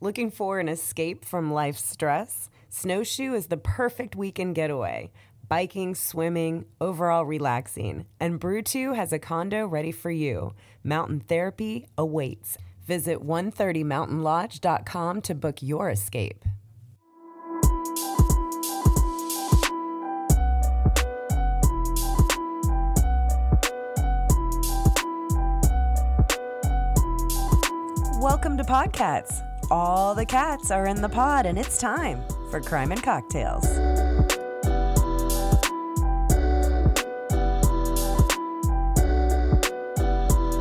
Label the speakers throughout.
Speaker 1: Looking for an escape from life's stress? Snowshoe is the perfect weekend getaway. Biking, swimming, overall relaxing. And Brew2 has a condo ready for you. Mountain therapy awaits. Visit 130mountainlodge.com to book your escape. Welcome to Podcats. All the cats are in the pod, and it's time for Crime and Cocktails.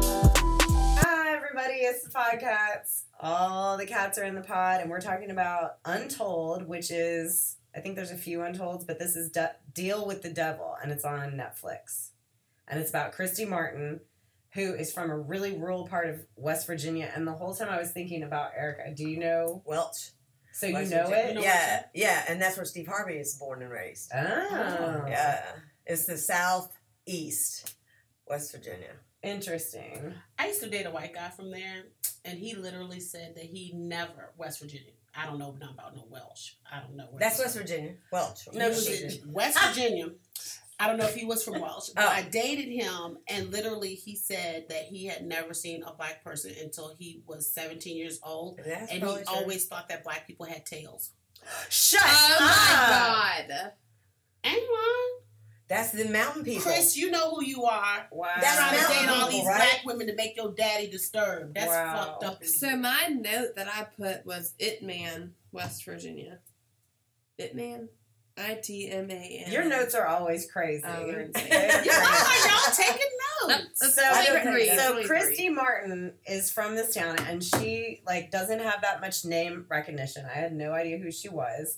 Speaker 1: Hi, everybody. It's the Podcats. All the cats are in the pod, and we're talking about Untold, which is, I think there's a few Untolds, but this is De- Deal with the Devil, and it's on Netflix. And it's about Christy Martin, who is from a really rural part of West Virginia. And the whole time I was thinking about Erica. Do you know?
Speaker 2: Welch.
Speaker 1: So Oh, you
Speaker 2: West
Speaker 1: know
Speaker 2: Virginia.
Speaker 1: it?
Speaker 3: know
Speaker 2: yeah, yeah, and that's where Steve Harvey is born and raised.
Speaker 1: Oh,
Speaker 2: Yeah, it's the southeast, West Virginia.
Speaker 1: Interesting.
Speaker 3: I used to date a white guy from there, and he literally said that he never West Virginia. I don't know nothing about no Welsh. I don't know. Where
Speaker 2: That's
Speaker 3: he's
Speaker 2: West
Speaker 3: from.
Speaker 2: Virginia. Welch.
Speaker 3: No
Speaker 2: West
Speaker 3: shit.
Speaker 2: Virginia.
Speaker 3: West Virginia. I don't know if he was from Welsh, but
Speaker 2: Oh.
Speaker 3: I dated him, and literally he said that he had never seen a black person until he was 17 years old,
Speaker 2: That's
Speaker 3: and he
Speaker 2: probably true.
Speaker 3: always thought that black people had tails.
Speaker 2: shut
Speaker 4: Oh
Speaker 2: up.
Speaker 4: my god.
Speaker 3: Ain't lying.
Speaker 2: That's the mountain people.
Speaker 3: Chris, you know who you are.
Speaker 1: Wow.
Speaker 2: That's
Speaker 3: trying to date all
Speaker 2: people,
Speaker 3: these
Speaker 2: right?
Speaker 3: black women to make your daddy disturbed. That's
Speaker 1: Wow.
Speaker 3: fucked up.
Speaker 4: So my note that I put was It Man, West Virginia. It Man? I T M A N.
Speaker 1: Your notes are always crazy.
Speaker 4: Oh, they're insane.
Speaker 1: They're
Speaker 3: Why
Speaker 1: crazy.
Speaker 3: are y'all taking notes?
Speaker 4: That's
Speaker 1: So,
Speaker 4: twenty
Speaker 2: I don't
Speaker 4: three,
Speaker 2: think
Speaker 1: so
Speaker 4: twenty three.
Speaker 1: Christy Martin is from this town and she like doesn't have that much name recognition. I had no idea who she was.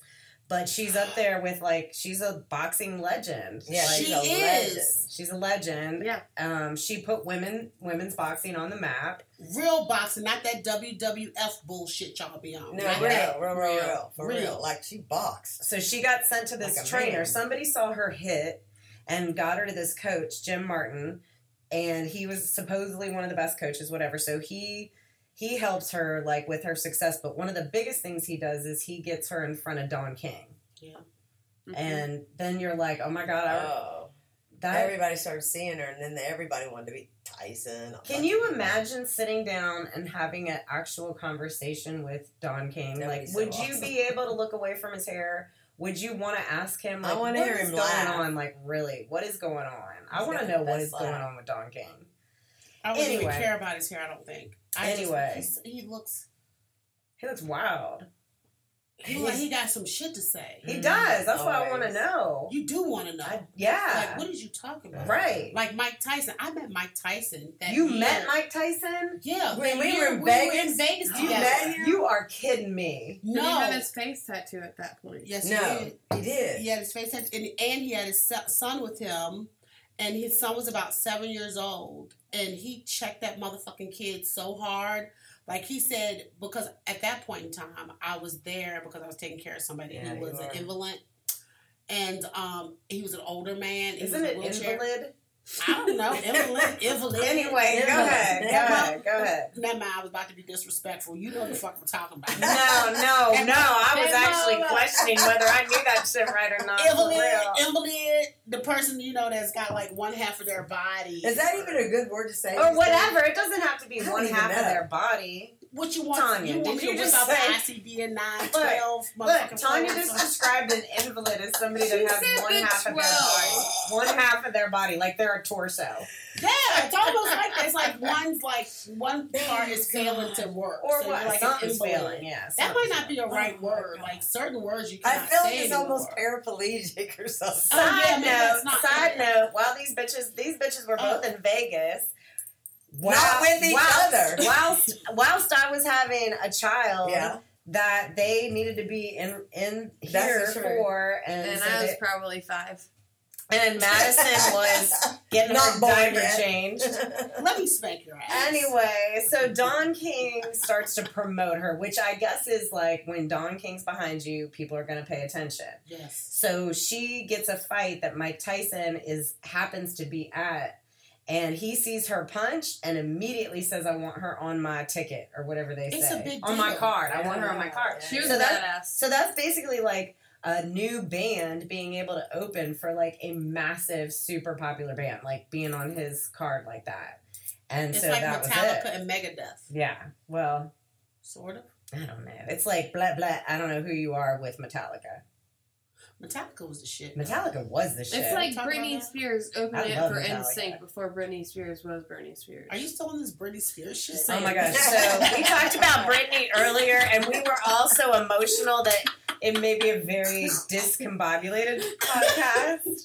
Speaker 1: But she's up there with like she's a boxing legend.
Speaker 2: Yeah,
Speaker 1: Like,
Speaker 2: she's
Speaker 3: She
Speaker 2: a
Speaker 3: is.
Speaker 2: legend.
Speaker 1: she's a legend.
Speaker 3: Yeah.
Speaker 1: Um, she put women women's boxing on the map.
Speaker 3: Real boxing, not that WWF bullshit y'all be on.
Speaker 2: No,
Speaker 3: Not
Speaker 2: real,
Speaker 3: that.
Speaker 2: real, real, real, for real.
Speaker 3: Real.
Speaker 2: Like she boxed.
Speaker 1: So she got sent to this
Speaker 2: Like a
Speaker 1: trainer.
Speaker 2: man.
Speaker 1: Somebody saw her hit and got her to this coach, Jim Martin, and he was supposedly one of the best coaches, whatever. So he he helps her like with her success. But one of the biggest things he does is he gets her in front of Don King.
Speaker 2: Mm-hmm.
Speaker 4: Mhm.
Speaker 1: And then you're like, oh my god, I,
Speaker 2: Oh,
Speaker 1: that.
Speaker 2: everybody started seeing her, and then everybody wanted to be Tyson.
Speaker 1: Can you imagine sitting down and having an actual conversation with Don King?
Speaker 2: That would
Speaker 1: Like,
Speaker 2: be so
Speaker 1: would you
Speaker 2: awesome.
Speaker 1: be able to look away from his hair? Would you want to ask him?
Speaker 2: I
Speaker 1: Like,
Speaker 2: wanna
Speaker 1: what
Speaker 2: hear
Speaker 1: is
Speaker 2: him
Speaker 1: going
Speaker 2: laugh.
Speaker 1: on? Like, really, what is going on? I
Speaker 2: He's
Speaker 1: want to
Speaker 2: got
Speaker 1: know
Speaker 2: the
Speaker 1: what
Speaker 2: best
Speaker 1: is going
Speaker 2: laugh.
Speaker 1: on with Don King.
Speaker 3: I wouldn't
Speaker 1: Anyway.
Speaker 3: even care about his hair, I don't think. I just-
Speaker 1: Anyway.
Speaker 3: he's- he looks
Speaker 1: He looks wild.
Speaker 3: he, look like he got some shit to say.
Speaker 1: He
Speaker 2: Mhm.
Speaker 1: does. That's why I want to
Speaker 2: Always.
Speaker 1: know.
Speaker 3: You do want to know.
Speaker 1: I,
Speaker 3: Like,
Speaker 1: yeah.
Speaker 3: what is you talking about?
Speaker 1: right.
Speaker 3: Like Mike Tyson. I met Mike Tyson that
Speaker 1: you
Speaker 3: year.
Speaker 1: met Mike Tyson?
Speaker 3: Yeah.
Speaker 2: When
Speaker 3: that
Speaker 2: we
Speaker 3: year
Speaker 2: were in Vegas?
Speaker 3: Vegas
Speaker 2: You
Speaker 3: together.
Speaker 2: met him?
Speaker 1: You are kidding me.
Speaker 4: Did he have
Speaker 3: No.
Speaker 4: his face tattoo at that point.
Speaker 3: Yes,
Speaker 2: No,
Speaker 3: he did.
Speaker 2: He did.
Speaker 3: He had his face tattooed, and, and he had his so- son with him, and his son was about seven years old, and he checked that motherfucking kid so hard. Like he said, because at that point in time, I was there because I was taking care of somebody
Speaker 2: Yeah,
Speaker 3: who
Speaker 2: you
Speaker 3: was an
Speaker 2: were.
Speaker 3: invalid, and um, he was an older man. He
Speaker 1: Isn't
Speaker 3: was
Speaker 1: it
Speaker 3: in a wheelchair.
Speaker 1: invalid?
Speaker 3: I don't know. Invalid, invalid.
Speaker 1: Anyway, go
Speaker 2: Invalid.
Speaker 1: ahead. Go ahead. Go ahead.
Speaker 3: Never mind. I was about to be disrespectful. You know what the fuck I'm talking about.
Speaker 1: No, no, no. I was actually questioning whether I knew that shit right or not. for
Speaker 3: invalid,
Speaker 1: real.
Speaker 3: invalid, the person you know that's got like one half of their body.
Speaker 2: Is that even a good word to say?
Speaker 1: or whatever. It doesn't have to be
Speaker 2: I don't
Speaker 1: one
Speaker 2: even
Speaker 1: half of
Speaker 2: know.
Speaker 1: their body.
Speaker 3: what you want?
Speaker 1: Tanya,
Speaker 3: you want
Speaker 1: did
Speaker 3: me
Speaker 1: you
Speaker 3: to
Speaker 1: just
Speaker 3: whip out
Speaker 1: say-
Speaker 3: the ICD and nine, twelve,
Speaker 1: Look,
Speaker 3: motherfucking
Speaker 1: Tanya
Speaker 3: four,
Speaker 1: just
Speaker 3: so-
Speaker 1: described an invalid as somebody that
Speaker 4: She
Speaker 1: has
Speaker 4: said
Speaker 1: one
Speaker 4: the
Speaker 1: half of their
Speaker 4: 12.
Speaker 1: body. One half of their body, like they're a torso.
Speaker 3: Yeah, it's almost like that. It's like one's like one part is failing to work,
Speaker 1: Oh Or
Speaker 3: so
Speaker 1: what?
Speaker 3: you're like an
Speaker 1: Something's
Speaker 3: invalid.
Speaker 1: failing, yeah.
Speaker 3: That might
Speaker 1: something's
Speaker 3: not be
Speaker 1: failing.
Speaker 3: a right
Speaker 2: Oh my
Speaker 3: word.
Speaker 2: God.
Speaker 3: Like certain words you
Speaker 2: I
Speaker 3: cannot
Speaker 2: feel like
Speaker 3: say
Speaker 2: it's almost
Speaker 3: anymore.
Speaker 2: paraplegic or something.
Speaker 3: Oh, yeah,
Speaker 1: Side
Speaker 3: maybe that's
Speaker 1: note,
Speaker 3: not
Speaker 1: side
Speaker 3: it.
Speaker 1: note, while these bitches, these bitches were both in Vegas.
Speaker 2: Not with each
Speaker 1: whilst,
Speaker 2: other.
Speaker 1: Whilst, whilst I was having a child,
Speaker 2: Yeah.
Speaker 1: that they needed to be in in here
Speaker 2: That's true.
Speaker 1: for, and
Speaker 4: And
Speaker 1: so
Speaker 4: I was
Speaker 1: they-
Speaker 4: probably five.
Speaker 1: and Madison was getting
Speaker 2: Not
Speaker 1: her
Speaker 2: born
Speaker 1: diaper
Speaker 2: yet.
Speaker 1: changed.
Speaker 3: Let me spank your ass.
Speaker 1: Anyway, so Don King starts to promote her, which I guess is like when Don King's behind you, people are going to pay attention.
Speaker 3: yes,
Speaker 1: So she gets a fight that Mike Tyson is happens to be at, and he sees her punch and immediately says, "I want her on my ticket or whatever they
Speaker 3: It's
Speaker 1: say
Speaker 3: a big
Speaker 1: on my
Speaker 3: deal.
Speaker 1: card. I want her on my card."
Speaker 4: She was
Speaker 1: So
Speaker 4: a
Speaker 1: that-
Speaker 4: badass.
Speaker 1: So that's basically like a new band being able to open for like a massive, super popular band, like being on his card like that. And
Speaker 3: It's
Speaker 1: so
Speaker 3: like
Speaker 1: that was
Speaker 3: Metallica
Speaker 1: it.
Speaker 3: and Megadeth,
Speaker 1: Yeah. Well,
Speaker 3: sort of.
Speaker 1: I don't know. It's like blah blah. I don't know who you are with Metallica.
Speaker 3: Metallica was the shit.
Speaker 1: Metallica was the shit.
Speaker 4: It's like
Speaker 3: Talk about
Speaker 4: Britney
Speaker 3: that.
Speaker 4: Spears
Speaker 1: I
Speaker 4: opening
Speaker 1: love
Speaker 4: up for
Speaker 1: Metallica.
Speaker 4: NSYNC before Britney Spears was Britney Spears.
Speaker 3: Are you still on this Britney Spears shit?
Speaker 1: Oh my gosh. So we talked about Britney earlier, and we were all so emotional that it may be a very discombobulated podcast.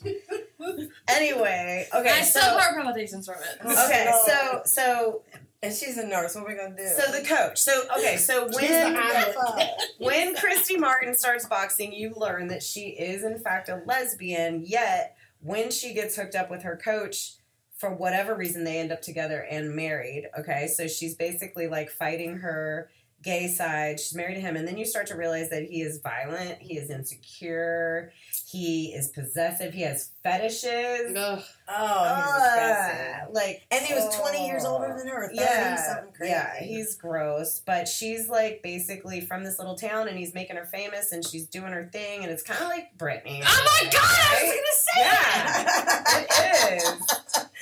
Speaker 1: Anyway, okay,
Speaker 4: I
Speaker 1: so
Speaker 4: still have heart palpitations from it.
Speaker 1: okay, so so
Speaker 2: And she's a nurse. What are we gonna do?
Speaker 1: so the coach. So okay, so
Speaker 2: She's the
Speaker 1: when
Speaker 2: alpha.
Speaker 1: when Christy Martin starts boxing, you learn that she is in fact a lesbian. Yet when she gets hooked up with her coach. For whatever reason, they end up together and married. Okay, so she's basically like fighting her gay side. She's married to him, and then you start to realize that he is violent, he is insecure, he is possessive, he has fetishes.
Speaker 4: Ugh.
Speaker 2: oh, he's disgusting.
Speaker 1: Ah, like,
Speaker 2: And he was 20 years
Speaker 1: oh.
Speaker 2: older than her. 30,
Speaker 1: Yeah,
Speaker 2: something crazy.
Speaker 1: yeah, he's gross, but she's like basically from this little town, and he's making her famous, and she's doing her thing, and it's kind of like Britney.
Speaker 4: Oh my god! I was
Speaker 1: Right?
Speaker 4: gonna say
Speaker 1: Yeah,
Speaker 4: that.
Speaker 1: it is.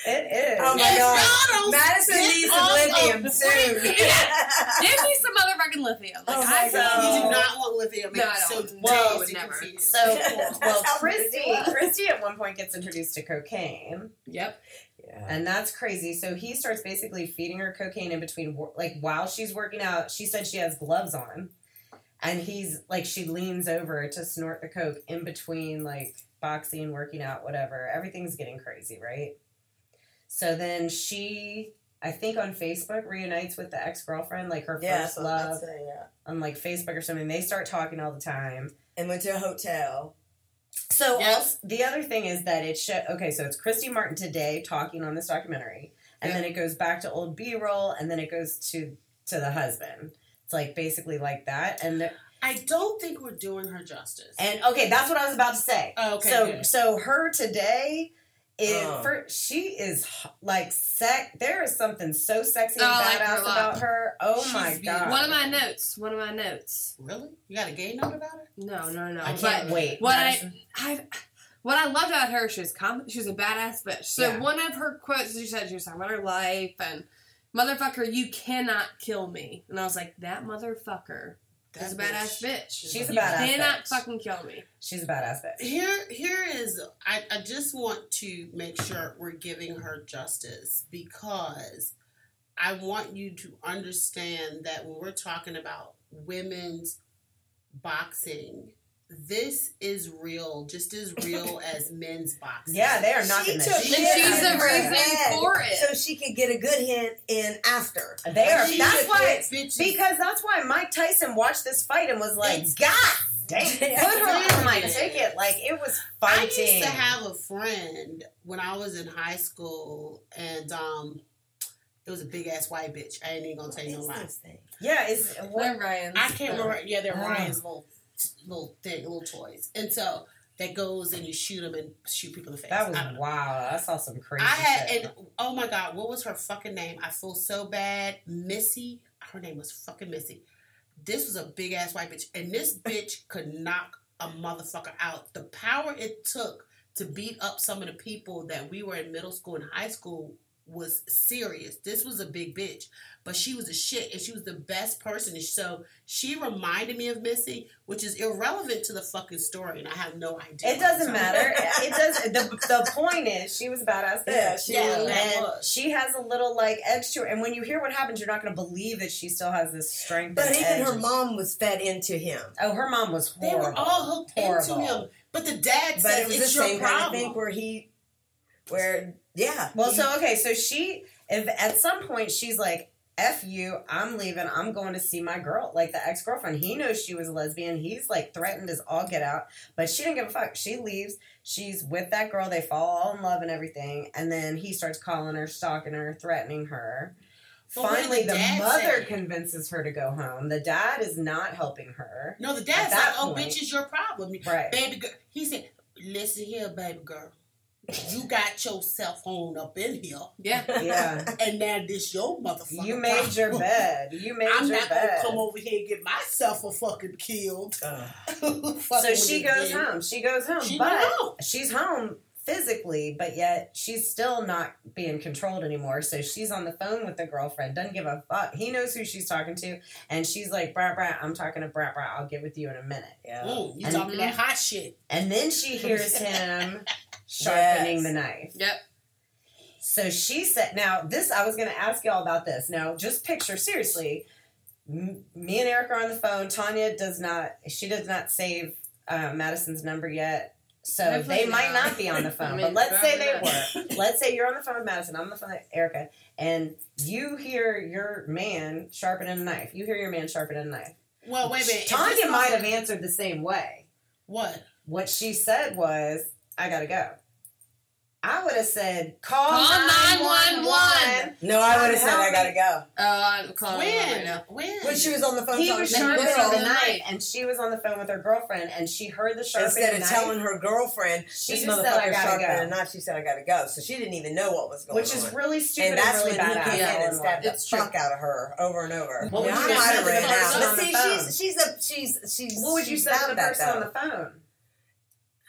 Speaker 1: It is.
Speaker 2: Oh my
Speaker 3: Yes,
Speaker 2: God.
Speaker 3: y'all don't
Speaker 2: Madison
Speaker 3: Get
Speaker 2: needs
Speaker 3: off
Speaker 2: some lithium
Speaker 4: of
Speaker 2: soon.
Speaker 4: Britney. Give me some motherfucking lithium. Like
Speaker 2: Oh my
Speaker 4: I
Speaker 2: God.
Speaker 3: You do
Speaker 2: No.
Speaker 3: not want lithium.
Speaker 4: No, I
Speaker 3: It's
Speaker 4: don't.
Speaker 3: So
Speaker 4: Well,
Speaker 3: tasty
Speaker 4: would never.
Speaker 3: confused.
Speaker 1: So, well,
Speaker 2: That's how
Speaker 1: Christy,
Speaker 2: Britney was.
Speaker 1: Christy at one point gets introduced to cocaine.
Speaker 4: Yep.
Speaker 1: And that's crazy. So he starts basically feeding her cocaine in between, wor- like while she's working out. She said she has gloves on, and he's like she leans over to snort the coke in between, like boxing, working out, whatever. Everything's getting crazy, right? So then she, I think on Facebook, reunites with the ex girlfriend, like her
Speaker 2: Yeah,
Speaker 1: first
Speaker 2: so
Speaker 1: love,
Speaker 2: that's it, yeah.
Speaker 1: on like Facebook or something. They start talking all the time.
Speaker 2: And went to a hotel.
Speaker 1: So
Speaker 3: Yes.
Speaker 1: also, the other thing is that it show okay, so it's Christy Martin today talking on this documentary, and then it goes back to old B roll, and then it goes to to the husband. It's like basically like that, and
Speaker 3: I don't think we're doing her justice.
Speaker 1: and okay, that's what I was about to say.
Speaker 3: Oh, okay,
Speaker 1: so
Speaker 3: good.
Speaker 1: so her today. It,
Speaker 4: Uh.
Speaker 2: Oh.
Speaker 1: for, she is h- like sex. There is something so sexy and
Speaker 4: Oh, I like her
Speaker 1: badass
Speaker 4: a lot.
Speaker 1: about her. Oh
Speaker 3: She's
Speaker 1: my
Speaker 3: beautiful.
Speaker 1: god!
Speaker 4: One of my notes. One of my notes.
Speaker 3: really? You got a gay note about her?
Speaker 4: No, no, no.
Speaker 1: I
Speaker 4: but
Speaker 1: can't wait.
Speaker 4: what I-
Speaker 1: Madison.
Speaker 4: I what I loved about her, she was com- she was a badass bitch. So
Speaker 1: Yeah.
Speaker 4: one of her quotes, she said she was talking about her life and motherfucker, you cannot kill me. And I was like, that motherfucker is a badass bitch.
Speaker 1: She's a
Speaker 4: you
Speaker 1: badass
Speaker 4: cannot
Speaker 1: bitch.
Speaker 4: fucking kill me.
Speaker 1: she's a badass bitch.
Speaker 3: Here, here is. I, I just want to make sure we're giving her justice because I want you to understand that when we're talking about women's boxing, this is real, just as real as men's boxing.
Speaker 1: Yeah, they are
Speaker 2: She
Speaker 1: knocking the
Speaker 2: took
Speaker 1: shit
Speaker 4: And
Speaker 2: Yeah,
Speaker 4: she's
Speaker 1: out
Speaker 4: the
Speaker 1: of her.
Speaker 2: right
Speaker 4: reason
Speaker 2: Yeah.
Speaker 4: for it.
Speaker 2: So she could get a good hint in after.
Speaker 1: They are.
Speaker 2: She
Speaker 1: That's
Speaker 2: took
Speaker 1: why
Speaker 2: it.
Speaker 3: bitches.
Speaker 1: Because that's why Mike Tyson watched this fight and was like,
Speaker 2: It's-
Speaker 1: God damn, put her on my ticket. Like, it was
Speaker 3: I
Speaker 1: fighting.
Speaker 3: used to have a friend when I was in high school, and um, it was a big ass white bitch. I ain't even gonna tell you no
Speaker 2: It's
Speaker 3: lie.
Speaker 2: this thing.
Speaker 1: yeah, it's. What,
Speaker 4: They're Ryan's.
Speaker 3: I can't remember. Yeah, they're
Speaker 1: Oh.
Speaker 3: Ryan's little little thing, little toys, and so that goes and you shoot them and shoot people in the face.
Speaker 1: that was
Speaker 3: I don't know.
Speaker 1: wow. I saw some
Speaker 3: I
Speaker 1: crazy
Speaker 3: had
Speaker 1: shit.
Speaker 3: and oh my god, what was her fucking name? I feel so bad. Missy, her name was fucking Missy. This was a big ass white bitch, and this bitch could knock a motherfucker out. The power it took to beat up some of the people that we were in middle school and high school was serious. This was a big bitch, but she was a shit, and she was the best person. And so she reminded me of Missy, which is irrelevant to the fucking story, and I have no idea.
Speaker 1: it doesn't
Speaker 3: So-
Speaker 1: matter. It does. The, the point is, she was a badass bitch.
Speaker 2: Yeah, she
Speaker 3: Yeah,
Speaker 2: was.
Speaker 3: that
Speaker 1: and
Speaker 3: was.
Speaker 1: she has a little like edge to her. And when you hear what happens, you're not going to believe that she still has this strength.
Speaker 2: But
Speaker 1: and
Speaker 2: even her
Speaker 1: edge.
Speaker 2: mom was fed into him.
Speaker 1: Oh, her mom was
Speaker 3: They
Speaker 1: horrible.
Speaker 3: were all hooked
Speaker 1: Horrible.
Speaker 3: into him. But the dad
Speaker 2: But
Speaker 3: said
Speaker 2: it was the
Speaker 3: it's your
Speaker 2: same kind of
Speaker 3: problem.
Speaker 2: thing where he, where yeah.
Speaker 1: Well, so okay, so she if at some point she's like, "F you, I'm leaving. I'm going to see my girl." Like the ex girlfriend, he knows she was a lesbian. He's like threatened as all get out, but she didn't give a fuck. She leaves. She's with that girl. They fall all in love and everything, and then he starts calling her, stalking her, threatening her.
Speaker 3: But what did
Speaker 1: Finally, the,
Speaker 3: the dad
Speaker 1: mother
Speaker 3: say?
Speaker 1: convinces her to go home. The dad is not helping her.
Speaker 3: no, the
Speaker 1: At
Speaker 3: dad's like,
Speaker 1: that
Speaker 3: "Oh,
Speaker 1: point-
Speaker 3: bitch, is your problem,
Speaker 1: Right.
Speaker 3: baby girl." He said, "Listen here, baby girl. you got yourself on up in here,
Speaker 4: Yeah.
Speaker 1: Yeah.
Speaker 3: and now this your motherfucker.
Speaker 1: You made your
Speaker 3: problem.
Speaker 1: bed. You made
Speaker 3: I'm
Speaker 1: your
Speaker 3: not
Speaker 1: bed.
Speaker 3: gonna come over here and get myself a fucking killed.
Speaker 2: Uh,
Speaker 1: so
Speaker 3: so
Speaker 1: she goes home. She goes home,
Speaker 3: She
Speaker 1: but
Speaker 3: went home.
Speaker 1: she's home physically, but yet she's still not being controlled anymore. So she's on the phone with the girlfriend, doesn't give a fuck. He knows who she's talking to, and she's like, "Brat, brat, I'm talking to brat, brat. I'll get with you in a minute."
Speaker 2: Yeah.
Speaker 3: Mm, you
Speaker 1: And-
Speaker 3: talking that hot shit?
Speaker 1: And then she hears him sharpening
Speaker 2: Yes.
Speaker 1: the knife.
Speaker 4: Yep.
Speaker 1: So she said, now this, I was going to ask y'all about this. Now, just picture, seriously, m- me and Eric are on the phone. Tanya does not, she does not save uh, Madison's number yet. So
Speaker 4: Hopefully
Speaker 1: they might
Speaker 4: not.
Speaker 1: not be on the phone,
Speaker 4: I
Speaker 1: but
Speaker 4: mean,
Speaker 1: let's say they
Speaker 4: probably
Speaker 1: were. let's say you're on the phone with Madison, I'm on the phone with Erica, and you hear your man sharpening a knife. You hear your man sharpening a knife.
Speaker 3: Well, wait a minute. Is this
Speaker 1: Tanya might
Speaker 3: also-
Speaker 1: have answered the same way
Speaker 3: What?
Speaker 1: what she said was, I gotta go. I would have said, call,
Speaker 4: Call
Speaker 1: 911.
Speaker 4: 911.
Speaker 2: No, I would have said I gotta go.
Speaker 4: Uh, I'm calling him right
Speaker 3: When?
Speaker 4: now.
Speaker 3: when?
Speaker 2: When she was on the phone
Speaker 1: He
Speaker 2: talking
Speaker 1: was
Speaker 2: to her
Speaker 4: sharp
Speaker 1: sharpening
Speaker 4: as
Speaker 2: girl,
Speaker 1: the
Speaker 4: a
Speaker 1: knife, and she was on the phone with her girlfriend, and she heard the sharpening
Speaker 2: instead of
Speaker 1: knife,
Speaker 2: telling her girlfriend,
Speaker 1: She just
Speaker 2: this
Speaker 1: said, "I gotta
Speaker 2: motherfucker sharpened a
Speaker 1: go,"
Speaker 2: knife, she said I gotta go. So she didn't even know what was going
Speaker 1: which
Speaker 2: on.
Speaker 1: is really stupid
Speaker 2: and
Speaker 1: and,
Speaker 2: that's
Speaker 1: really
Speaker 2: when he
Speaker 1: badass.
Speaker 2: came in and stabbed the
Speaker 4: It's true.
Speaker 2: fuck out of her over and over.
Speaker 1: What
Speaker 2: Yeah,
Speaker 1: would
Speaker 2: I
Speaker 1: you
Speaker 2: might
Speaker 1: say
Speaker 2: have
Speaker 1: to
Speaker 2: ran
Speaker 1: the
Speaker 2: out.
Speaker 1: person on
Speaker 2: But
Speaker 1: the
Speaker 2: see,
Speaker 1: phone?
Speaker 2: she's she's a she's she's.
Speaker 1: what would you
Speaker 2: she's
Speaker 1: say to the
Speaker 2: found that,
Speaker 1: person on the
Speaker 2: though.
Speaker 1: phone?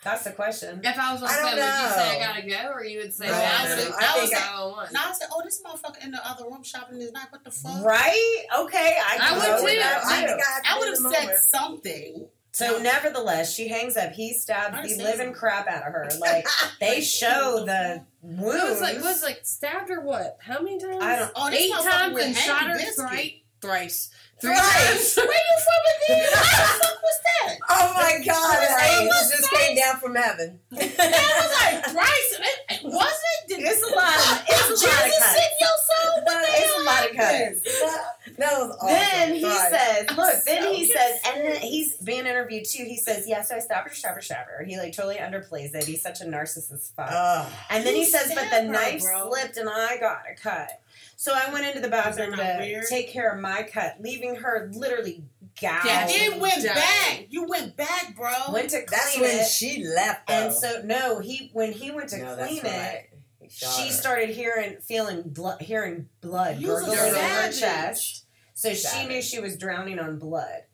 Speaker 1: That's the question.
Speaker 4: If I was on
Speaker 2: I
Speaker 4: the
Speaker 2: don't
Speaker 4: phone, would you say I
Speaker 2: know.
Speaker 4: gotta go, or you would say
Speaker 2: No,
Speaker 3: I
Speaker 4: that? I,
Speaker 3: don't
Speaker 4: would
Speaker 3: know.
Speaker 4: I
Speaker 2: I
Speaker 4: was
Speaker 2: think I-
Speaker 4: 911.
Speaker 3: Now I said, oh, this motherfucker in the other room shopping is not. What the fuck?
Speaker 1: Right? Okay, I,
Speaker 4: I
Speaker 1: can
Speaker 4: would
Speaker 1: go with
Speaker 4: too.
Speaker 1: that,
Speaker 2: I think I have to
Speaker 3: I
Speaker 2: be
Speaker 3: would
Speaker 2: in
Speaker 3: have
Speaker 2: the
Speaker 3: said
Speaker 2: moment.
Speaker 3: something.
Speaker 1: So, nevertheless, she hangs up. He
Speaker 3: I'd
Speaker 1: stabs the
Speaker 3: say-
Speaker 1: living crap out of her. Like they show the wounds.
Speaker 4: It was like, was like stabbed or what? How many times?
Speaker 1: I don't-
Speaker 3: Oh, this
Speaker 4: Eight
Speaker 3: motherfucker
Speaker 4: times
Speaker 3: with
Speaker 4: and shot
Speaker 3: Hank
Speaker 4: her
Speaker 3: Biscuit.
Speaker 4: thrice. Thrice. Three
Speaker 2: Thrice.
Speaker 4: times.
Speaker 3: Where you from again? What the fuck was that?
Speaker 2: Oh my god!
Speaker 1: Right.
Speaker 2: Her angels just came down from heaven.
Speaker 3: That was like thrice. It, it wasn't. Did
Speaker 1: It's a lot. It's
Speaker 3: Jesus
Speaker 1: a lot of cuts.
Speaker 3: in your soul? What the
Speaker 1: It's
Speaker 3: hell
Speaker 1: a lot of
Speaker 3: happened?
Speaker 2: That was awesome.
Speaker 1: Then he
Speaker 2: Right.
Speaker 1: says, look, then
Speaker 3: so
Speaker 1: he says,
Speaker 3: pissed.
Speaker 1: and then he's being interviewed too. He says, yeah, so I stabbed her, stabbed her, stabbed her. He like totally underplays it. He's such a narcissist fuck.
Speaker 2: Ugh.
Speaker 1: and then he
Speaker 3: you
Speaker 1: says, but
Speaker 3: stabbed
Speaker 1: the
Speaker 3: her,
Speaker 1: knife
Speaker 3: bro."
Speaker 1: slipped and I got a cut. So I went into the bathroom
Speaker 3: not
Speaker 1: to
Speaker 3: weird?
Speaker 1: take care of my cut, leaving her literally gouged.
Speaker 4: Yeah,
Speaker 3: And then went
Speaker 4: Dang.
Speaker 3: back. You went back, bro.
Speaker 1: went to clean
Speaker 2: That's when
Speaker 1: it.
Speaker 2: she left. Though.
Speaker 1: and so no, he when he went to
Speaker 2: No, that's
Speaker 1: clean it,
Speaker 2: right. He shot
Speaker 1: she
Speaker 2: her.
Speaker 1: started hearing, feeling, blood, hearing blood
Speaker 3: You's a
Speaker 1: gurgling in her
Speaker 3: savage.
Speaker 1: chest. So she
Speaker 2: Savage.
Speaker 1: knew she was drowning on blood.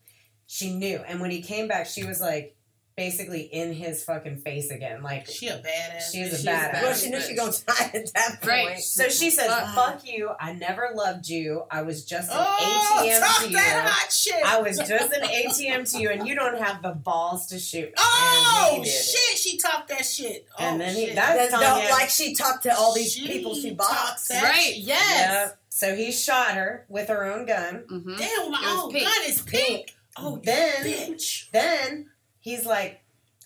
Speaker 1: She knew, and when he came back, she was like basically in his fucking face again. Like,
Speaker 3: she a badass.
Speaker 1: She is a
Speaker 3: bitch.
Speaker 1: badass.
Speaker 2: Well, she knew she gonna die at that
Speaker 4: Right.
Speaker 2: point.
Speaker 1: so she says,
Speaker 4: Fuck.
Speaker 1: "Fuck you! I never loved you. I was just an
Speaker 3: Oh,
Speaker 1: ATM to
Speaker 3: talk
Speaker 1: you.
Speaker 3: that hot shit.
Speaker 1: I was just an ATM to you, and you don't have the balls to shoot." me."
Speaker 3: oh
Speaker 2: And he did it.
Speaker 3: shit, she talked that shit. Oh,
Speaker 1: And then he-
Speaker 3: shit.
Speaker 1: that-
Speaker 2: That's
Speaker 1: That's
Speaker 2: not
Speaker 1: Tanya.
Speaker 2: like she talked to all these
Speaker 3: She
Speaker 2: people she
Speaker 3: talked
Speaker 2: boxed.
Speaker 3: that
Speaker 4: Right.
Speaker 3: shit. Yes.
Speaker 1: Yep. So he shot her with her own gun.
Speaker 4: Mm-hmm.
Speaker 3: Damn,
Speaker 4: It was
Speaker 3: my own
Speaker 4: pink.
Speaker 3: gun is pink. Oh,
Speaker 1: Then-
Speaker 3: bitch.
Speaker 1: Then he's like,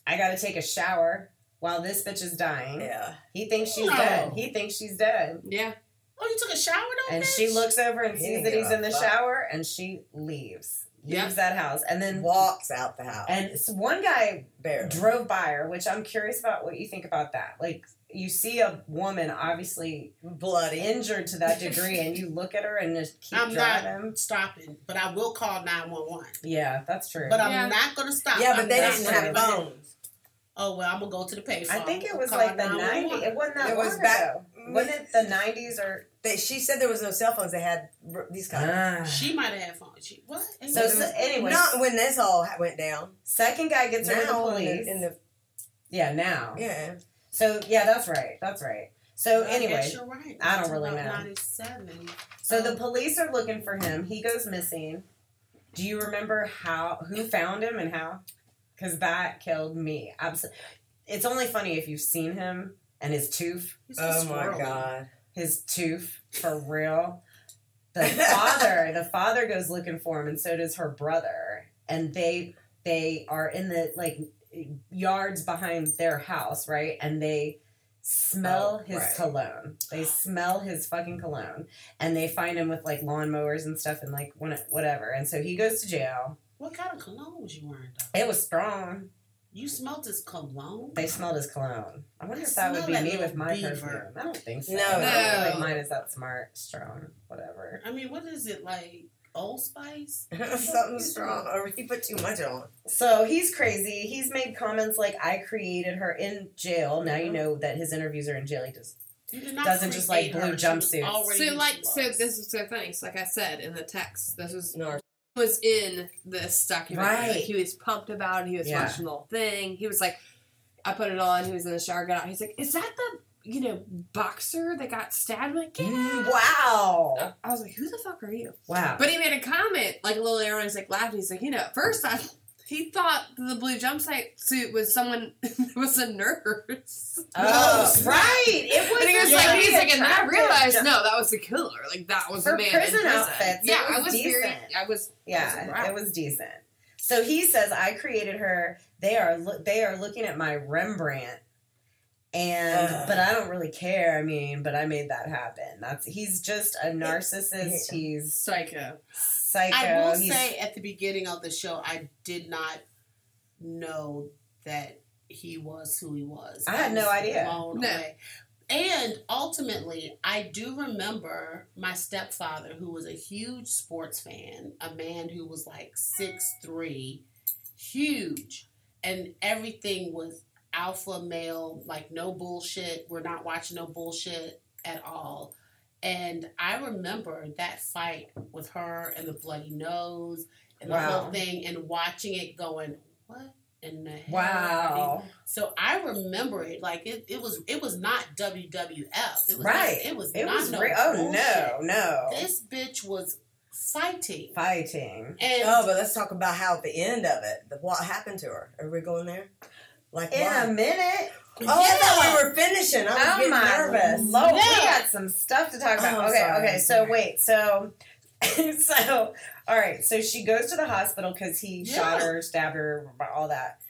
Speaker 1: I gotta take a shower while this bitch is dying.
Speaker 2: Yeah.
Speaker 1: He thinks she's
Speaker 3: No.
Speaker 1: dead. He thinks she's dead.
Speaker 4: Yeah.
Speaker 3: Oh, you took a shower though,
Speaker 1: And
Speaker 3: bitch?
Speaker 1: she looks over and
Speaker 2: He
Speaker 1: sees
Speaker 2: didn't
Speaker 1: that
Speaker 2: give
Speaker 1: he's
Speaker 2: a
Speaker 1: in the
Speaker 2: fuck.
Speaker 1: shower and she leaves.
Speaker 4: Yeah.
Speaker 1: Leaves that house. And then
Speaker 2: Walks out the house.
Speaker 1: and s- one guy
Speaker 2: barely.
Speaker 1: drove by her, which I'm curious about what you think about that. Like you see a woman obviously
Speaker 2: Bloody.
Speaker 1: injured to that degree and you look at her and just keep
Speaker 3: I'm not-
Speaker 1: driving.
Speaker 3: stopping, but I will call 911.
Speaker 1: Yeah, that's true.
Speaker 3: But I'm
Speaker 4: Yeah.
Speaker 3: not going to stop.
Speaker 2: yeah,
Speaker 3: I'm
Speaker 2: but they
Speaker 3: not
Speaker 2: didn't have
Speaker 3: stopping.
Speaker 2: phones.
Speaker 3: Oh, well, I'm going to go to the payphone.
Speaker 1: I think it was
Speaker 3: Call
Speaker 1: like the 90s.
Speaker 3: 911.
Speaker 1: It wasn't that
Speaker 2: It
Speaker 1: long
Speaker 2: was back-
Speaker 1: ago. Wasn't it the 90s or
Speaker 2: They, she said there was no cell phones. They had r- these kind. of
Speaker 3: She might have had phones. She, what?
Speaker 1: So,
Speaker 3: It was-
Speaker 1: so anyway,
Speaker 2: Not when this all ha- went down.
Speaker 1: second guy gets her to the
Speaker 2: Now in
Speaker 1: police.
Speaker 2: the, in the
Speaker 1: yeah, now.
Speaker 2: yeah.
Speaker 1: So yeah, that's right. That's right. So
Speaker 3: I guess
Speaker 1: anyway,
Speaker 3: you're right.
Speaker 1: I don't really
Speaker 3: About
Speaker 1: know.
Speaker 3: 97.
Speaker 1: so the
Speaker 3: um,
Speaker 1: police are looking for him. He goes missing. Do you remember how who found him and how? Because that killed me. Absolutely. It's only funny if you've seen him and his tooth.
Speaker 3: He's a
Speaker 2: Oh my
Speaker 3: squirrel.
Speaker 2: god.
Speaker 1: His tooth for real. The father. the father goes looking for him, and so does her brother. And they they are in the like yards behind their house, right? And they smell
Speaker 2: Oh,
Speaker 1: his
Speaker 2: right.
Speaker 1: cologne. They smell his fucking cologne, and they find him with like lawnmowers and stuff, and like when whatever. And so he goes to jail.
Speaker 3: What kind of cologne was you wearing, though?
Speaker 1: It was strong.
Speaker 3: You smelled this cologne?
Speaker 1: They smelled his cologne. I wonder if that
Speaker 3: Smell
Speaker 1: would be
Speaker 3: that
Speaker 1: me
Speaker 3: little
Speaker 1: with my
Speaker 3: beaver.
Speaker 1: perfume. I don't think so.
Speaker 2: No.
Speaker 1: I don't
Speaker 4: No.
Speaker 1: think mine is that smart, strong, whatever.
Speaker 3: I mean, what is it like? Old Spice.
Speaker 2: Something strong, or he put too much on.
Speaker 1: So he's crazy. He's made comments like, I created her in jail. Now
Speaker 4: Mm-hmm.
Speaker 1: you know that his interviews are in jail. He just
Speaker 3: You did not
Speaker 1: Doesn't just, like,
Speaker 3: create
Speaker 1: blue
Speaker 3: her. She was
Speaker 1: jumpsuits.
Speaker 3: already
Speaker 4: So
Speaker 3: who
Speaker 4: like
Speaker 3: she
Speaker 4: so
Speaker 3: was.
Speaker 4: this is so funny. So like I said in the text, this was
Speaker 2: No,
Speaker 4: was in this documentary. Like,
Speaker 1: Right.
Speaker 4: he was pumped about it. He was
Speaker 1: Yeah.
Speaker 4: watching the whole thing. He was like, I put it on. He was in the shower, got out. He's like, Is that the, you know, boxer that got stabbed? I'm like, get out.
Speaker 1: Wow.
Speaker 4: I was like, Who the fuck are you?
Speaker 1: Wow.
Speaker 4: But he made a comment, like a little later on, he's like laughing. He's like, You know, at first I. He thought the blue jumpsuit suit was someone was a nurse.
Speaker 1: Oh,
Speaker 3: No.
Speaker 1: right. It was
Speaker 4: And he was
Speaker 1: a
Speaker 4: like,
Speaker 1: very
Speaker 4: he's like, and then I
Speaker 1: attractive
Speaker 4: realized,
Speaker 1: jump-
Speaker 4: no, that was the killer. Like that was
Speaker 1: For
Speaker 4: the man
Speaker 1: prison
Speaker 4: in prison.
Speaker 1: outfits, it
Speaker 4: yeah, I
Speaker 1: was
Speaker 4: was very,
Speaker 1: decent.
Speaker 4: I was
Speaker 1: Yeah,
Speaker 4: That's right.
Speaker 1: it was decent. So he says, "I created her. They are loo- they are looking at my Rembrandt, and
Speaker 2: Ugh.
Speaker 1: but I don't really care. I mean, but I made that happen. That's he's just a narcissist.
Speaker 2: Yeah.
Speaker 1: He's
Speaker 4: psycho.
Speaker 1: psycho.
Speaker 3: I will
Speaker 1: uh, he's,
Speaker 3: say at the beginning of the show, I did not know that he was who he was.
Speaker 1: I had no
Speaker 3: was
Speaker 1: idea.
Speaker 3: blown
Speaker 4: No.
Speaker 3: away. And ultimately, I do remember my stepfather, who was a huge sports fan, a man who was like six three, huge, and everything was alpha male, like no bullshit. We're not watching no bullshit at all. And I remember that fight with her and the bloody nose and the
Speaker 1: Wow.
Speaker 3: whole thing and watching it going, What in the hell?
Speaker 1: wow.
Speaker 3: So I remember it like it, it was it was not WWF. It was
Speaker 1: Right.
Speaker 3: it was
Speaker 1: It
Speaker 3: not
Speaker 1: was
Speaker 3: no
Speaker 1: re- oh no
Speaker 3: bullshit.
Speaker 1: no
Speaker 3: This bitch was fighting.
Speaker 1: fighting.
Speaker 3: And
Speaker 2: oh, but let's talk about how the end of it, the, what happened to her. Are we going there? Like
Speaker 1: In
Speaker 2: why?
Speaker 1: a minute.
Speaker 2: Oh, I thought we were finishing. I was
Speaker 1: Oh
Speaker 2: getting
Speaker 1: my
Speaker 2: nervous.
Speaker 1: lord, we
Speaker 3: No.
Speaker 1: got some stuff to talk about.
Speaker 2: Oh,
Speaker 1: okay,
Speaker 2: sorry,
Speaker 1: okay. So
Speaker 2: sorry.
Speaker 1: wait, so so all right. So she goes to the hospital because he
Speaker 3: Yeah.
Speaker 1: shot her, stabbed her, all that,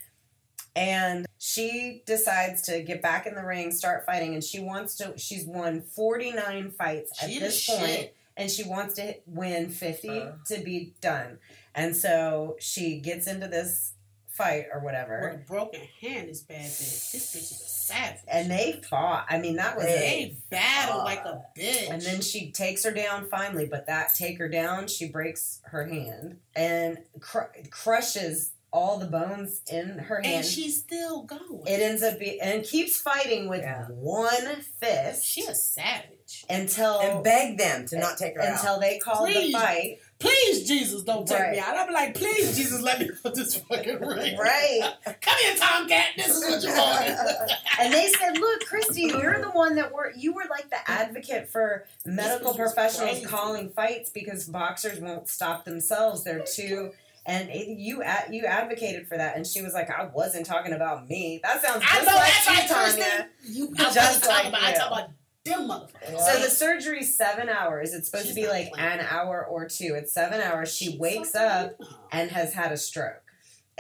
Speaker 1: and she decides to get back in the ring, start fighting, and she wants to. She's won forty nine fights
Speaker 3: she
Speaker 1: at
Speaker 3: the
Speaker 1: this point
Speaker 3: shit.
Speaker 1: and she wants to hit- win 50
Speaker 2: Uh.
Speaker 3: Uh-huh.
Speaker 1: to be done. And so she gets into this fight or
Speaker 3: With a
Speaker 1: whatever.
Speaker 3: broken hand is bad bitch. This bitch is a savage.
Speaker 1: And they fought. I mean, that was it.
Speaker 3: they battle
Speaker 2: Uh,
Speaker 3: like a bitch.
Speaker 1: And then she takes her down finally, but that take her down, she breaks her hand and cr- crushes all the bones in her hand.
Speaker 3: and she's still going.
Speaker 1: it ends up being, and keeps fighting with
Speaker 2: Yeah.
Speaker 1: one fist
Speaker 3: She a savage.
Speaker 1: until
Speaker 2: And begged them to not take her out.
Speaker 1: until they called the
Speaker 3: Please.
Speaker 1: fight.
Speaker 3: Please, Jesus, don't take
Speaker 1: Right.
Speaker 3: me out. I'm like, please, Jesus, let me put this fucking ring.
Speaker 1: Right.
Speaker 3: Come here, Tomcat. This is what you want.
Speaker 1: and they said, "Look, Christy, you're the one that were you were like the advocate for medical
Speaker 3: This was
Speaker 1: professionals
Speaker 3: crazy.
Speaker 1: calling fights because boxers won't stop themselves. They're too." And it, you ad, you advocated for that, and she was like, "I wasn't talking about me. That sounds
Speaker 3: I
Speaker 1: just
Speaker 3: know
Speaker 1: like
Speaker 3: that's right,
Speaker 1: you, Tanya."
Speaker 3: Kristen. You, I
Speaker 1: Just
Speaker 3: just
Speaker 1: like
Speaker 3: talk about. I
Speaker 1: you.
Speaker 3: talk about them motherfuckers.
Speaker 1: So the surgery's seven hours. It's supposed
Speaker 3: She's
Speaker 1: to be
Speaker 3: not
Speaker 1: like
Speaker 3: playing.
Speaker 1: an hour or two. It's seven hours. She
Speaker 3: She's
Speaker 1: wakes
Speaker 3: fucking-
Speaker 1: up and has had a stroke.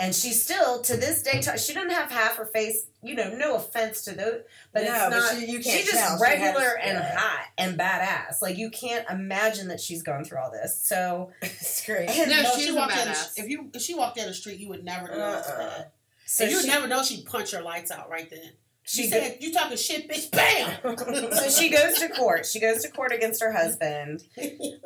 Speaker 1: And she still, to this day, t- she doesn't have half her face. You know, no offense to those, but
Speaker 2: no,
Speaker 1: it's not.
Speaker 2: but she, you can't
Speaker 1: She's just
Speaker 2: tell. She had-
Speaker 1: regular and
Speaker 2: yeah.
Speaker 1: hot and badass. Like you can't imagine that she's gone through all this. So
Speaker 2: it's great.
Speaker 1: and
Speaker 4: No,
Speaker 3: No,
Speaker 4: she's
Speaker 3: she
Speaker 4: a
Speaker 3: walked down. The,
Speaker 4: badass.
Speaker 3: if you if she walked down the street, you would never know. it was
Speaker 2: Uh-uh.
Speaker 3: bad.
Speaker 1: so
Speaker 3: and you would
Speaker 1: she,
Speaker 3: never know she'd punch your lights out right then. She
Speaker 1: she
Speaker 3: said, "You talking shit, bitch? Bam!"
Speaker 1: go- so she goes to court. She goes to court against her husband.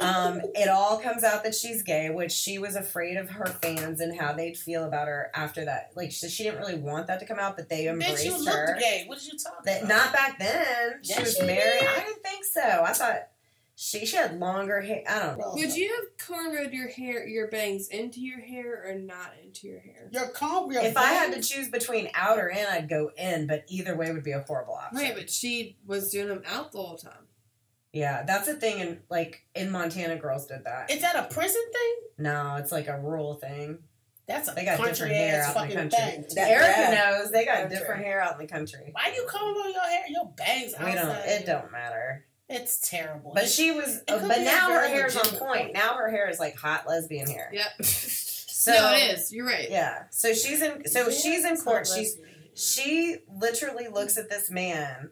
Speaker 1: Um, it all comes out that she's gay, which she was afraid of her fans and how they'd feel about her after that. Like she, she didn't really want that to come out, but they
Speaker 3: Bitch,
Speaker 1: embraced
Speaker 3: you
Speaker 1: her.
Speaker 3: looked gay. What did you talk
Speaker 1: That
Speaker 3: about?
Speaker 1: not back then.
Speaker 3: Yes,
Speaker 1: she was
Speaker 3: she
Speaker 1: married.
Speaker 3: did.
Speaker 1: I didn't think so. I thought she she had longer hair. I don't know.
Speaker 3: Bro,
Speaker 4: Would you have cornrowed your hair, your bangs into your hair or not into your hair?
Speaker 3: Your comb, your
Speaker 1: If I had to
Speaker 3: bangs-
Speaker 1: choose between out or in, I'd go in, but either way would be a horrible option.
Speaker 4: Right, but she was doing them out the whole time.
Speaker 1: yeah, that's a thing in like in Montana girls did that.
Speaker 3: is that a prison thing?
Speaker 1: no, it's like a rural thing.
Speaker 3: That's a
Speaker 1: They got
Speaker 3: country
Speaker 1: different hair
Speaker 3: ass
Speaker 1: out in
Speaker 3: fucking
Speaker 1: the
Speaker 3: thing.
Speaker 1: country.
Speaker 2: That-
Speaker 1: Erica
Speaker 2: yeah.
Speaker 1: knows they got
Speaker 2: Country.
Speaker 1: different hair out in the country.
Speaker 3: Why you comb on your hair? Your bangs.
Speaker 1: We don't
Speaker 3: outside.
Speaker 1: it don't matter.
Speaker 3: It's terrible.
Speaker 1: But she was uh,
Speaker 3: It could
Speaker 1: but
Speaker 3: be a
Speaker 1: now her
Speaker 3: very
Speaker 1: hair's on
Speaker 3: legitimate
Speaker 1: point.
Speaker 3: point.
Speaker 1: Now her hair is like hot lesbian hair.
Speaker 4: Yep.
Speaker 1: So
Speaker 4: no, it is. You're right.
Speaker 1: Yeah. So she's in so
Speaker 3: Yeah,
Speaker 1: she's in
Speaker 3: it's not
Speaker 1: court. She's
Speaker 3: lesbian.
Speaker 1: She literally looks at this man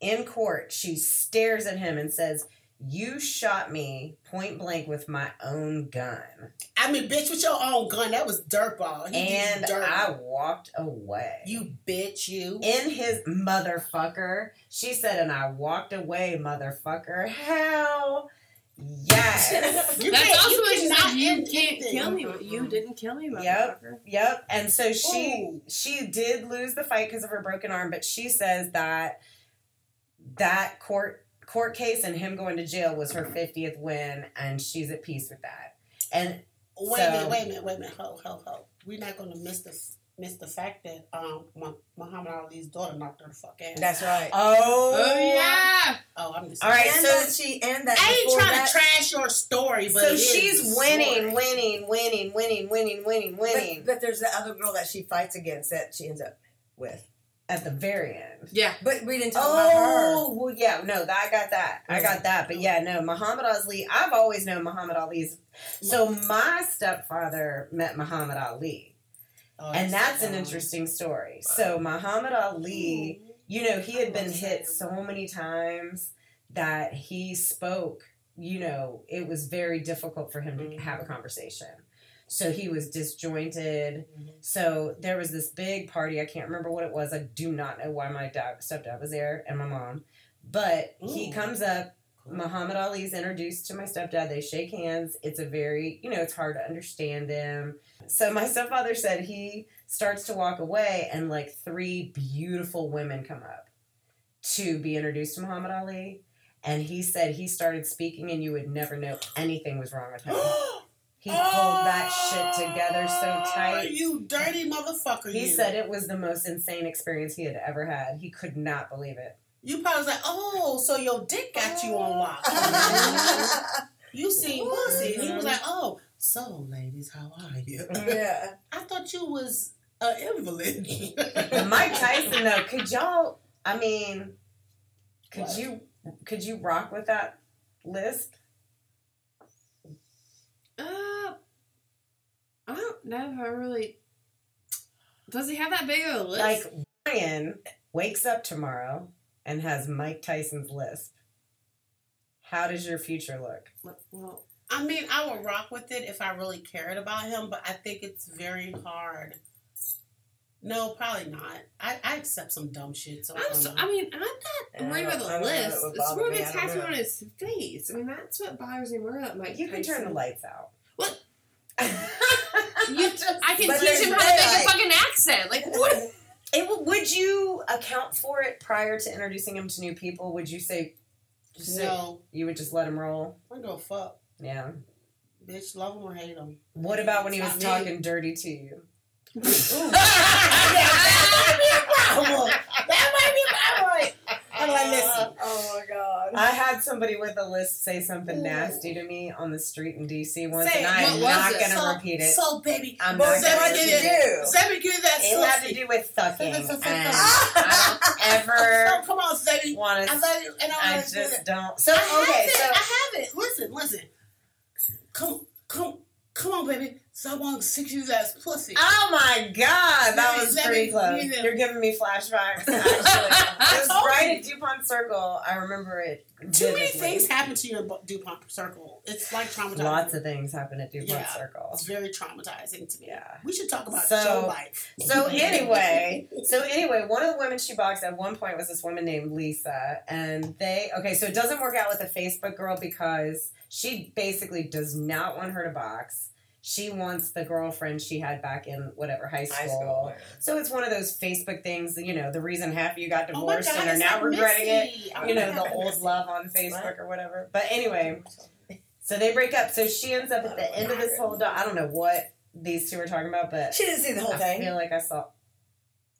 Speaker 1: in court. She stares at him and says, You shot me point blank with my own gun.
Speaker 3: I mean, bitch, with your own gun, that was dirtball. He did
Speaker 1: And
Speaker 3: dirt.
Speaker 1: I walked away.
Speaker 3: you bitch, you.
Speaker 1: in his motherfucker. She said, and I walked away, motherfucker. Hell Yes.
Speaker 3: You
Speaker 4: That's
Speaker 3: can't-
Speaker 4: also
Speaker 3: you
Speaker 4: what she
Speaker 3: cannot
Speaker 4: said. You
Speaker 3: end
Speaker 4: can't
Speaker 3: anything.
Speaker 4: kill me. You didn't kill me,
Speaker 1: Yep.
Speaker 4: motherfucker.
Speaker 1: yep. And so she
Speaker 3: Ooh.
Speaker 1: she did lose the fight because of her broken arm, but she says that that court court case and him going to jail was her 50th win and she's at peace with that. And
Speaker 3: Wait
Speaker 1: So-
Speaker 3: a minute, wait a minute, wait a minute. Ho, ho, ho. We're not going to miss the, miss the fact that um, Mu- Muhammad Ali's daughter knocked her the fuck out.
Speaker 2: That's right.
Speaker 1: oh,
Speaker 4: Oh yeah.
Speaker 3: oh, I'm just.
Speaker 1: All right,
Speaker 2: and
Speaker 1: so-
Speaker 2: that she and that.
Speaker 3: I ain't
Speaker 2: before
Speaker 3: trying
Speaker 2: that-
Speaker 3: to trash your story, but
Speaker 1: So
Speaker 3: it is
Speaker 1: she's
Speaker 3: the
Speaker 1: winning,
Speaker 3: story.
Speaker 1: winning, winning, winning, winning, winning, winning
Speaker 2: But, but there's the other girl that she fights against that she ends up with.
Speaker 1: at the very end.
Speaker 4: Yeah.
Speaker 2: But we didn't talk about her.
Speaker 1: Oh, well, yeah, no, that, I got that. I got that. But yeah, no, Muhammad Ali, I've always known Muhammad Ali's. So my stepfather met Muhammad Ali,
Speaker 3: Oh,
Speaker 1: and that's an
Speaker 3: um,
Speaker 1: interesting story. So Muhammad Ali, you know, he had been hit so many times that he spoke, you know, it was very difficult for him to have a conversation. So he was disjointed. So there was this big party. I can't remember what it was. I do not know why my dad, stepdad was there and my mom. But he
Speaker 3: Ooh.
Speaker 1: comes up. Muhammad Ali's introduced to my stepdad. They shake hands. It's a very, you know, it's hard to understand him. So my stepfather said he starts to walk away, and like three beautiful women come up to be introduced to Muhammad Ali. And he said he started speaking, and you would never know anything was wrong with him. He pulled that shit together so tight.
Speaker 3: You dirty motherfucker!
Speaker 1: He
Speaker 3: Oh, you.
Speaker 1: said it was the most insane experience he had ever had. He could not believe it.
Speaker 3: You probably was like, oh, so your dick got you
Speaker 1: Oh.
Speaker 3: on lock. you seen pussy. He was like, oh, so ladies, how are you?
Speaker 2: yeah.
Speaker 3: I thought you was an invalid.
Speaker 1: Mike Tyson though, could y'all I mean could
Speaker 3: What?
Speaker 1: you could you rock with that list?
Speaker 4: Uh, I don't know if I really. Does he have that big of a list?
Speaker 1: Like Ryan wakes up tomorrow and has Mike Tyson's list. How does your future look?
Speaker 4: well,
Speaker 3: I mean, I would rock with it if I really cared about him, but I think it's very hard. No, probably not. I, I accept some dumb shit. So I
Speaker 4: I'm
Speaker 3: don't
Speaker 4: so,
Speaker 3: know.
Speaker 4: I mean, I'm not
Speaker 2: Yeah,
Speaker 4: worried
Speaker 2: I
Speaker 4: about
Speaker 2: don't- I don't
Speaker 4: the
Speaker 2: know that
Speaker 4: list.
Speaker 2: would
Speaker 4: It's
Speaker 2: bother
Speaker 4: more
Speaker 2: me.
Speaker 4: the
Speaker 2: I don't
Speaker 4: tattoo
Speaker 2: know.
Speaker 4: on his face. I mean, that's what bothers me more about Mike
Speaker 1: You can turn the
Speaker 4: Tyson.
Speaker 1: lights out.
Speaker 4: What?
Speaker 1: you just
Speaker 4: I can
Speaker 2: But
Speaker 4: teach him
Speaker 2: there's
Speaker 4: how to make
Speaker 2: daylight.
Speaker 4: a fucking accent. Like what?
Speaker 1: it, would you account for it prior to introducing him to new people? Would you say just say-
Speaker 3: no,
Speaker 1: you would just let him roll?
Speaker 3: I'm gonna fuck,
Speaker 1: Yeah.
Speaker 3: bitch. Love him or hate him.
Speaker 1: What about when he was
Speaker 3: Not me.
Speaker 1: talking dirty to you?
Speaker 3: I'm like, listen.
Speaker 2: Oh my god.
Speaker 1: I had somebody with a list say something
Speaker 3: Ooh.
Speaker 1: nasty to me on the street in DC once,
Speaker 3: Say
Speaker 1: and
Speaker 3: it.
Speaker 1: I'm
Speaker 4: What was
Speaker 1: not
Speaker 4: it?
Speaker 1: going to
Speaker 3: so,
Speaker 1: repeat it.
Speaker 3: So baby,
Speaker 1: I'm
Speaker 2: But
Speaker 1: not
Speaker 2: then
Speaker 1: going
Speaker 2: what
Speaker 1: to
Speaker 2: did
Speaker 1: repeat it.
Speaker 2: you do?
Speaker 3: let me give you that
Speaker 1: It had
Speaker 3: pussy.
Speaker 1: to do with fucking,
Speaker 3: Say, say,
Speaker 1: and
Speaker 3: say, say.
Speaker 2: Ah!
Speaker 1: I don't
Speaker 3: So
Speaker 1: ever
Speaker 3: Oh, come on, baby.
Speaker 1: want
Speaker 3: I
Speaker 1: to.
Speaker 3: love you, and I
Speaker 1: I
Speaker 3: want to do that.
Speaker 1: just don't. So
Speaker 3: I have
Speaker 1: okay,
Speaker 3: it.
Speaker 1: so
Speaker 3: I have it. Listen, listen. Come, come, come on, baby. Someone six years ass pussy.
Speaker 1: oh my god, that
Speaker 3: Let me-
Speaker 1: was
Speaker 3: let
Speaker 1: pretty
Speaker 3: me-
Speaker 1: close.
Speaker 3: you know.
Speaker 1: You're giving me flashbacks. Actually, it was
Speaker 3: told
Speaker 1: right at Dupont Circle. I remember it.
Speaker 3: Too many
Speaker 1: vividly.
Speaker 3: things happen to you in Bu- Dupont Circle. It's like traumatizing.
Speaker 1: Lots of things happen at Dupont
Speaker 3: Yeah.
Speaker 1: Circle.
Speaker 3: It's very traumatizing to me.
Speaker 1: Yeah.
Speaker 3: We should talk about
Speaker 1: So-
Speaker 3: Joe life.
Speaker 1: So anyway, so anyway, one of the women she boxed at one point was this woman named Lisa, and they okay. So it doesn't work out with the Facebook girl because she basically does not want her to box. She wants the girlfriend she had back in whatever high school.
Speaker 2: High school.
Speaker 1: So it's one of those Facebook things. that, You know, the reason half of you got
Speaker 3: oh my
Speaker 1: divorced
Speaker 3: God,
Speaker 1: and are
Speaker 3: it's
Speaker 1: now
Speaker 3: like
Speaker 1: regretting it.
Speaker 3: Missy. Oh
Speaker 1: You
Speaker 3: my
Speaker 1: know, the
Speaker 3: God.
Speaker 1: old love on Facebook or whatever. But anyway, so they break up. So she ends up at the end of this whole. Do- I don't know what these two are talking about, but
Speaker 2: She didn't see the whole
Speaker 1: I
Speaker 2: thing.
Speaker 1: feel like I saw.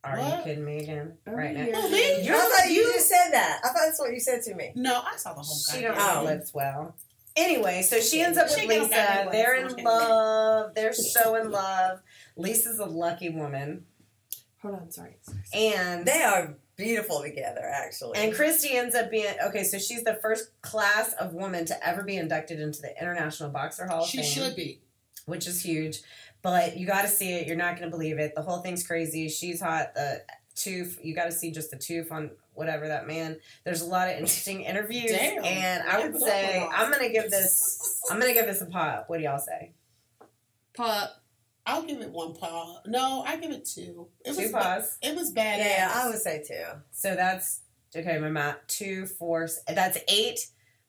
Speaker 1: Are you
Speaker 3: What?
Speaker 1: kidding me again?
Speaker 4: Oh,
Speaker 1: Right now.
Speaker 4: yeah.
Speaker 3: Oh, man.
Speaker 2: I
Speaker 1: You're-
Speaker 2: thought you,
Speaker 1: you-
Speaker 2: just said that. I thought that's what you said to me.
Speaker 3: No, I saw the whole
Speaker 1: She
Speaker 3: guy.
Speaker 1: don't
Speaker 2: Oh.
Speaker 1: really lips well. Anyway, so she ends up with
Speaker 3: She don't got
Speaker 1: Lisa.
Speaker 3: no
Speaker 1: They're
Speaker 3: lips.
Speaker 1: in love. They're so in love. Lisa's a lucky woman.
Speaker 4: Hold on, sorry.
Speaker 1: And
Speaker 2: They are beautiful together, actually.
Speaker 1: and Christy ends up being okay, so she's the first class of woman to ever be inducted into the International Boxer Hall of
Speaker 3: She
Speaker 1: Fame.
Speaker 3: should be.
Speaker 1: which is huge. But you got to see it. You're not going to believe it. The whole thing's crazy. She's hot. The tooth. You got to see just the tooth on whatever that man. There's a lot of interesting interviews,
Speaker 3: Damn.
Speaker 1: and I would
Speaker 3: That's
Speaker 1: say
Speaker 3: awful.
Speaker 1: I'm going to give this. I'm going to give this a pop. What do y'all say?
Speaker 4: Pop.
Speaker 3: I'll give it one paw. No, I give it two. It
Speaker 1: Two
Speaker 3: was
Speaker 1: paws.
Speaker 3: it was badass.
Speaker 2: yeah, I would say too.
Speaker 1: So that's okay. My math. Two, four. s- That's eight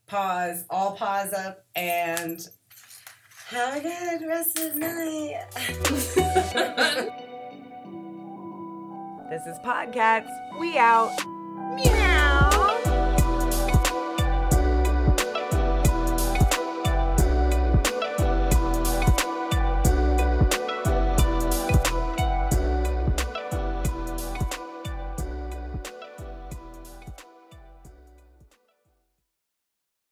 Speaker 1: Paws, all paws up, and have a good rest of the night. this is Podcats. We out. Meow.